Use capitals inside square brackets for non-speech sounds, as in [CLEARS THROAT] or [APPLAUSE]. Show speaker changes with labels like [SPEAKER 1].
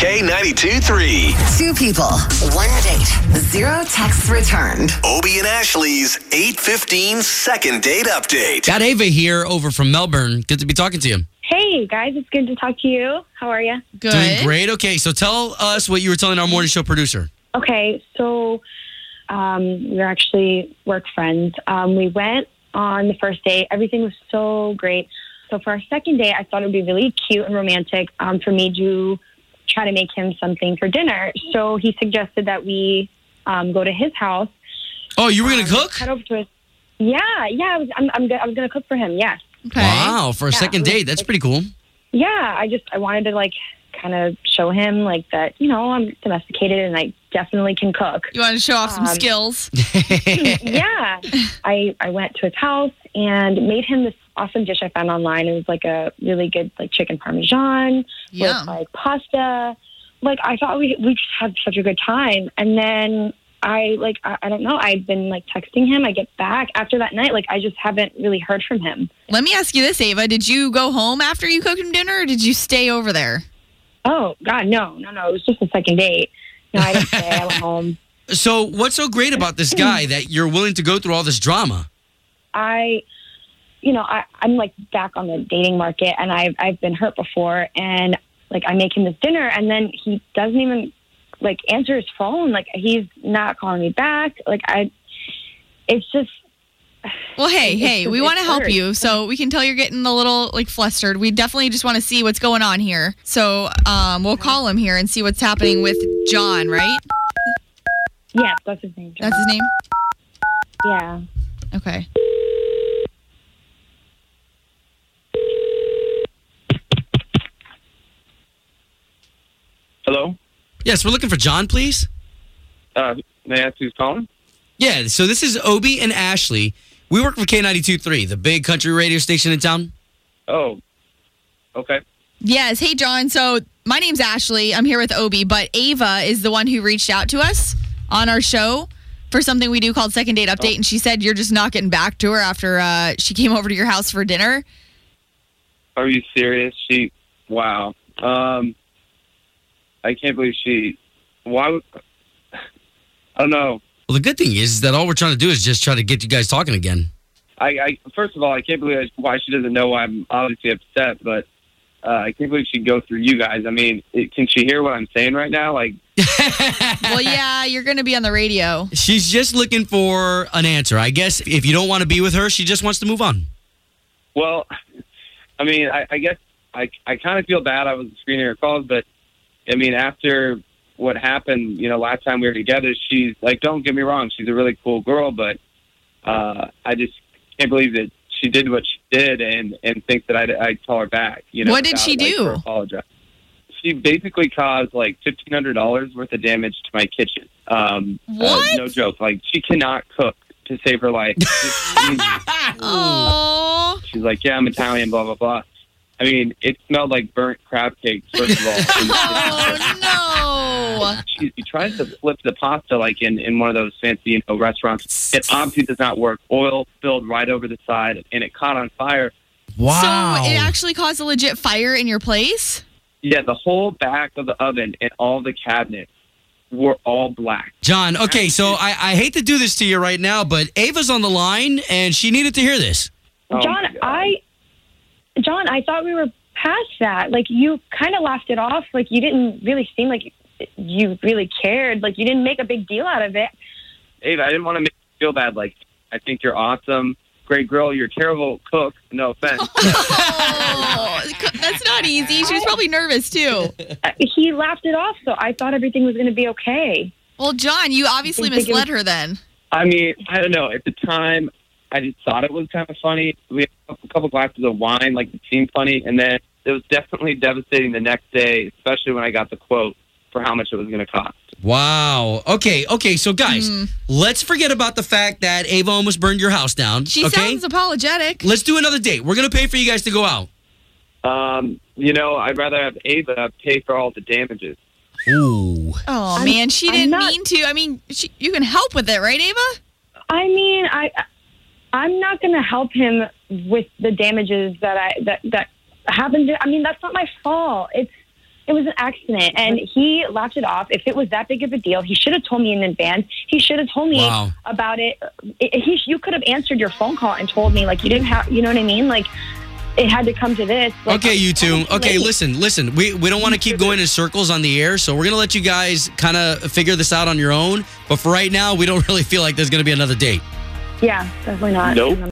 [SPEAKER 1] K92 3.
[SPEAKER 2] Two people, one date, zero texts returned.
[SPEAKER 1] Obie and Ashley's 815 second date update.
[SPEAKER 3] Got Ava here over from Melbourne. Good to be talking to you.
[SPEAKER 4] Hey guys, it's good to talk to you. How are you?
[SPEAKER 5] Good.
[SPEAKER 3] Doing great. Okay, so tell us what you were telling our morning show producer.
[SPEAKER 4] Okay, so um, we're actually work friends. Um, we went on the first date. Everything was so great. So for our second date, I thought it would be really cute and romantic um, for me to try to make him something for dinner. So he suggested that we um, go to his house.
[SPEAKER 3] Oh, you were going to
[SPEAKER 4] um,
[SPEAKER 3] cook?
[SPEAKER 4] Head over to his. Yeah, yeah. I was, I'm, I'm, go- I was gonna cook for him. Yeah.
[SPEAKER 5] Okay.
[SPEAKER 3] Wow, for a
[SPEAKER 4] Yeah.
[SPEAKER 3] second date. That's pretty cool.
[SPEAKER 4] yeah, I just I wanted to like kind of show him like that, you know, I'm domesticated and I definitely can cook.
[SPEAKER 5] You want to show off some
[SPEAKER 4] Um,
[SPEAKER 5] skills?
[SPEAKER 4] yeah. I I went to his house and made him this awesome dish I found online. It was like a really good like chicken parmesan
[SPEAKER 5] Yeah.
[SPEAKER 4] with like pasta. Like I thought we we just had such a good time and then I like I, I don't know. I've been like texting him. I get back after that night. Like I just haven't really heard from him.
[SPEAKER 5] Let me ask you this, Ava. Did you go home after you cooked him dinner or did you stay over there?
[SPEAKER 4] Oh God, no, no, no. It was just a second date. No, I didn't stay. I went home.
[SPEAKER 3] So, what's so great about
[SPEAKER 5] [CLEARS THROAT]
[SPEAKER 3] this guy that you're willing to go through all this drama?
[SPEAKER 4] I, you know, I, I'm like back on the dating market, and I've I've been hurt before, and like I make him this dinner, and then he doesn't even like answer his phone. Like he's not calling me back. Like I, it's just
[SPEAKER 5] Well, hey,
[SPEAKER 4] It's-
[SPEAKER 5] hey,
[SPEAKER 4] it's-
[SPEAKER 5] we want to
[SPEAKER 4] it's
[SPEAKER 5] help
[SPEAKER 4] hard.
[SPEAKER 5] you. So we can tell you're getting a little like flustered. We definitely just want to see what's going on here. So um, we'll call him here and see what's happening with John, right?
[SPEAKER 4] yeah, that's his name. John.
[SPEAKER 5] That's his name?
[SPEAKER 4] yeah.
[SPEAKER 5] Okay.
[SPEAKER 6] Hello.
[SPEAKER 3] Yes, we're looking for John, please.
[SPEAKER 6] Uh, may I ask who's calling?
[SPEAKER 3] Yeah, so this is Obie and Ashley. We work for K92 3, the big country radio station in town.
[SPEAKER 6] Oh, okay.
[SPEAKER 5] Yes. Hey, John. So my name's Ashley. I'm here with Obi, but Ava is the one who reached out to us on our show for something we do called Second Date Update. And she said you're just not getting back to her after uh, she came over to your house for dinner.
[SPEAKER 6] Are you serious? She, wow. Um, I can't believe she. Why? would- [LAUGHS] I don't know.
[SPEAKER 3] Well, the good thing is that all we're trying to do is just try to get you guys talking again.
[SPEAKER 6] I, I first of all, I can't believe I- why she doesn't know why I'm obviously upset, but uh, I can't believe she'd go through you guys. I mean, it, can she hear what I'm saying right now? Like,
[SPEAKER 5] Well, yeah, you're going to be on the radio.
[SPEAKER 3] She's just looking for an answer. I guess if you don't want to be with her, she just wants to move on.
[SPEAKER 6] Well, I mean, I, I guess I, I kind of feel bad. I was screening her calls, but I mean, after what happened, you know, last time we were together, she's like, don't get me wrong, she's a really cool girl, but uh, I just can't believe that she did what she did and and think that I'd, I'd call her back. You know,
[SPEAKER 5] What did she
[SPEAKER 6] without, like,
[SPEAKER 5] do?
[SPEAKER 6] her apologize. She basically caused like fifteen hundred dollars worth of damage to my kitchen. Um, uh,
[SPEAKER 5] What?
[SPEAKER 6] no joke. Like she cannot cook to save
[SPEAKER 5] [LAUGHS]
[SPEAKER 6] her life. Just- I mean,
[SPEAKER 5] Oh.
[SPEAKER 6] She's like, yeah, I'm Italian, blah, blah, blah. I mean, it smelled like burnt crab cake, first of all.
[SPEAKER 5] [LAUGHS] Oh, no.
[SPEAKER 6] she, she tries to flip the pasta like in, in one of those fancy you know, restaurants. It obviously does not work. Oil spilled right over the side and it caught on fire.
[SPEAKER 5] So it actually caused a legit fire in your place?
[SPEAKER 6] Yeah, the whole back of the oven and all the cabinets were all black.
[SPEAKER 3] John, okay, so I, I hate to do this to you right now, but Ava's on the line and she needed to hear this.
[SPEAKER 6] Oh, my
[SPEAKER 4] John,
[SPEAKER 6] God.
[SPEAKER 4] I, John, I thought we were past that. Like you kind of laughed it off. Like you didn't really seem like you really cared. Like you didn't make a big deal out
[SPEAKER 6] [LAUGHS]
[SPEAKER 4] of it.
[SPEAKER 6] Ava, I didn't want to make you feel bad. Like, I think you're awesome. Great girl. You're a terrible cook. No offense.
[SPEAKER 5] Oh, that's not easy. She was probably nervous too.
[SPEAKER 4] Uh, He laughed it off, so I thought everything was going to be okay.
[SPEAKER 5] Well, John, you obviously
[SPEAKER 4] Didn't think it
[SPEAKER 5] misled her then.
[SPEAKER 6] I mean, I don't know. At the time, I just thought it was kind of funny. We had a couple glasses of wine, like it seemed funny, and then it was definitely devastating the next day, especially when I got the quote for how much it was going to cost.
[SPEAKER 3] Wow. Okay, okay, so guys,
[SPEAKER 5] Hmm.
[SPEAKER 3] let's forget about the fact that Ava almost burned your house down.
[SPEAKER 5] She
[SPEAKER 3] okay?
[SPEAKER 5] sounds apologetic.
[SPEAKER 3] let's do another date. We're going to pay for you guys to go out.
[SPEAKER 6] Um, you know, I'd rather have Ava pay for all the damages.
[SPEAKER 3] Ooh.
[SPEAKER 5] Oh
[SPEAKER 4] I'm-
[SPEAKER 5] man, she
[SPEAKER 4] I'm
[SPEAKER 5] didn't
[SPEAKER 4] not-
[SPEAKER 5] mean to. I mean, she, you can help with it, right, Ava?
[SPEAKER 4] I mean, I, I'm not going to help him with the damages that I that that happened. To, I mean, that's not my fault. It's It was an accident, and he laughed it off. If it was that big of a deal, he should have told me in advance. He should have told me
[SPEAKER 3] Wow.
[SPEAKER 4] about it. It- He, you could have answered your phone call and told me, like you didn't have. You know what I mean? Like it had to come to this. Like,
[SPEAKER 3] Okay, you
[SPEAKER 5] [LAUGHS]
[SPEAKER 3] two.
[SPEAKER 4] I'm
[SPEAKER 3] Okay,
[SPEAKER 4] late.
[SPEAKER 3] listen, listen. We we don't want to keep going in circles on the air, so we're gonna let you guys kind of figure this [LAUGHS] out on your own. But for right now, we don't really feel like there's gonna be another date.
[SPEAKER 4] Yeah, definitely not.
[SPEAKER 6] Nope.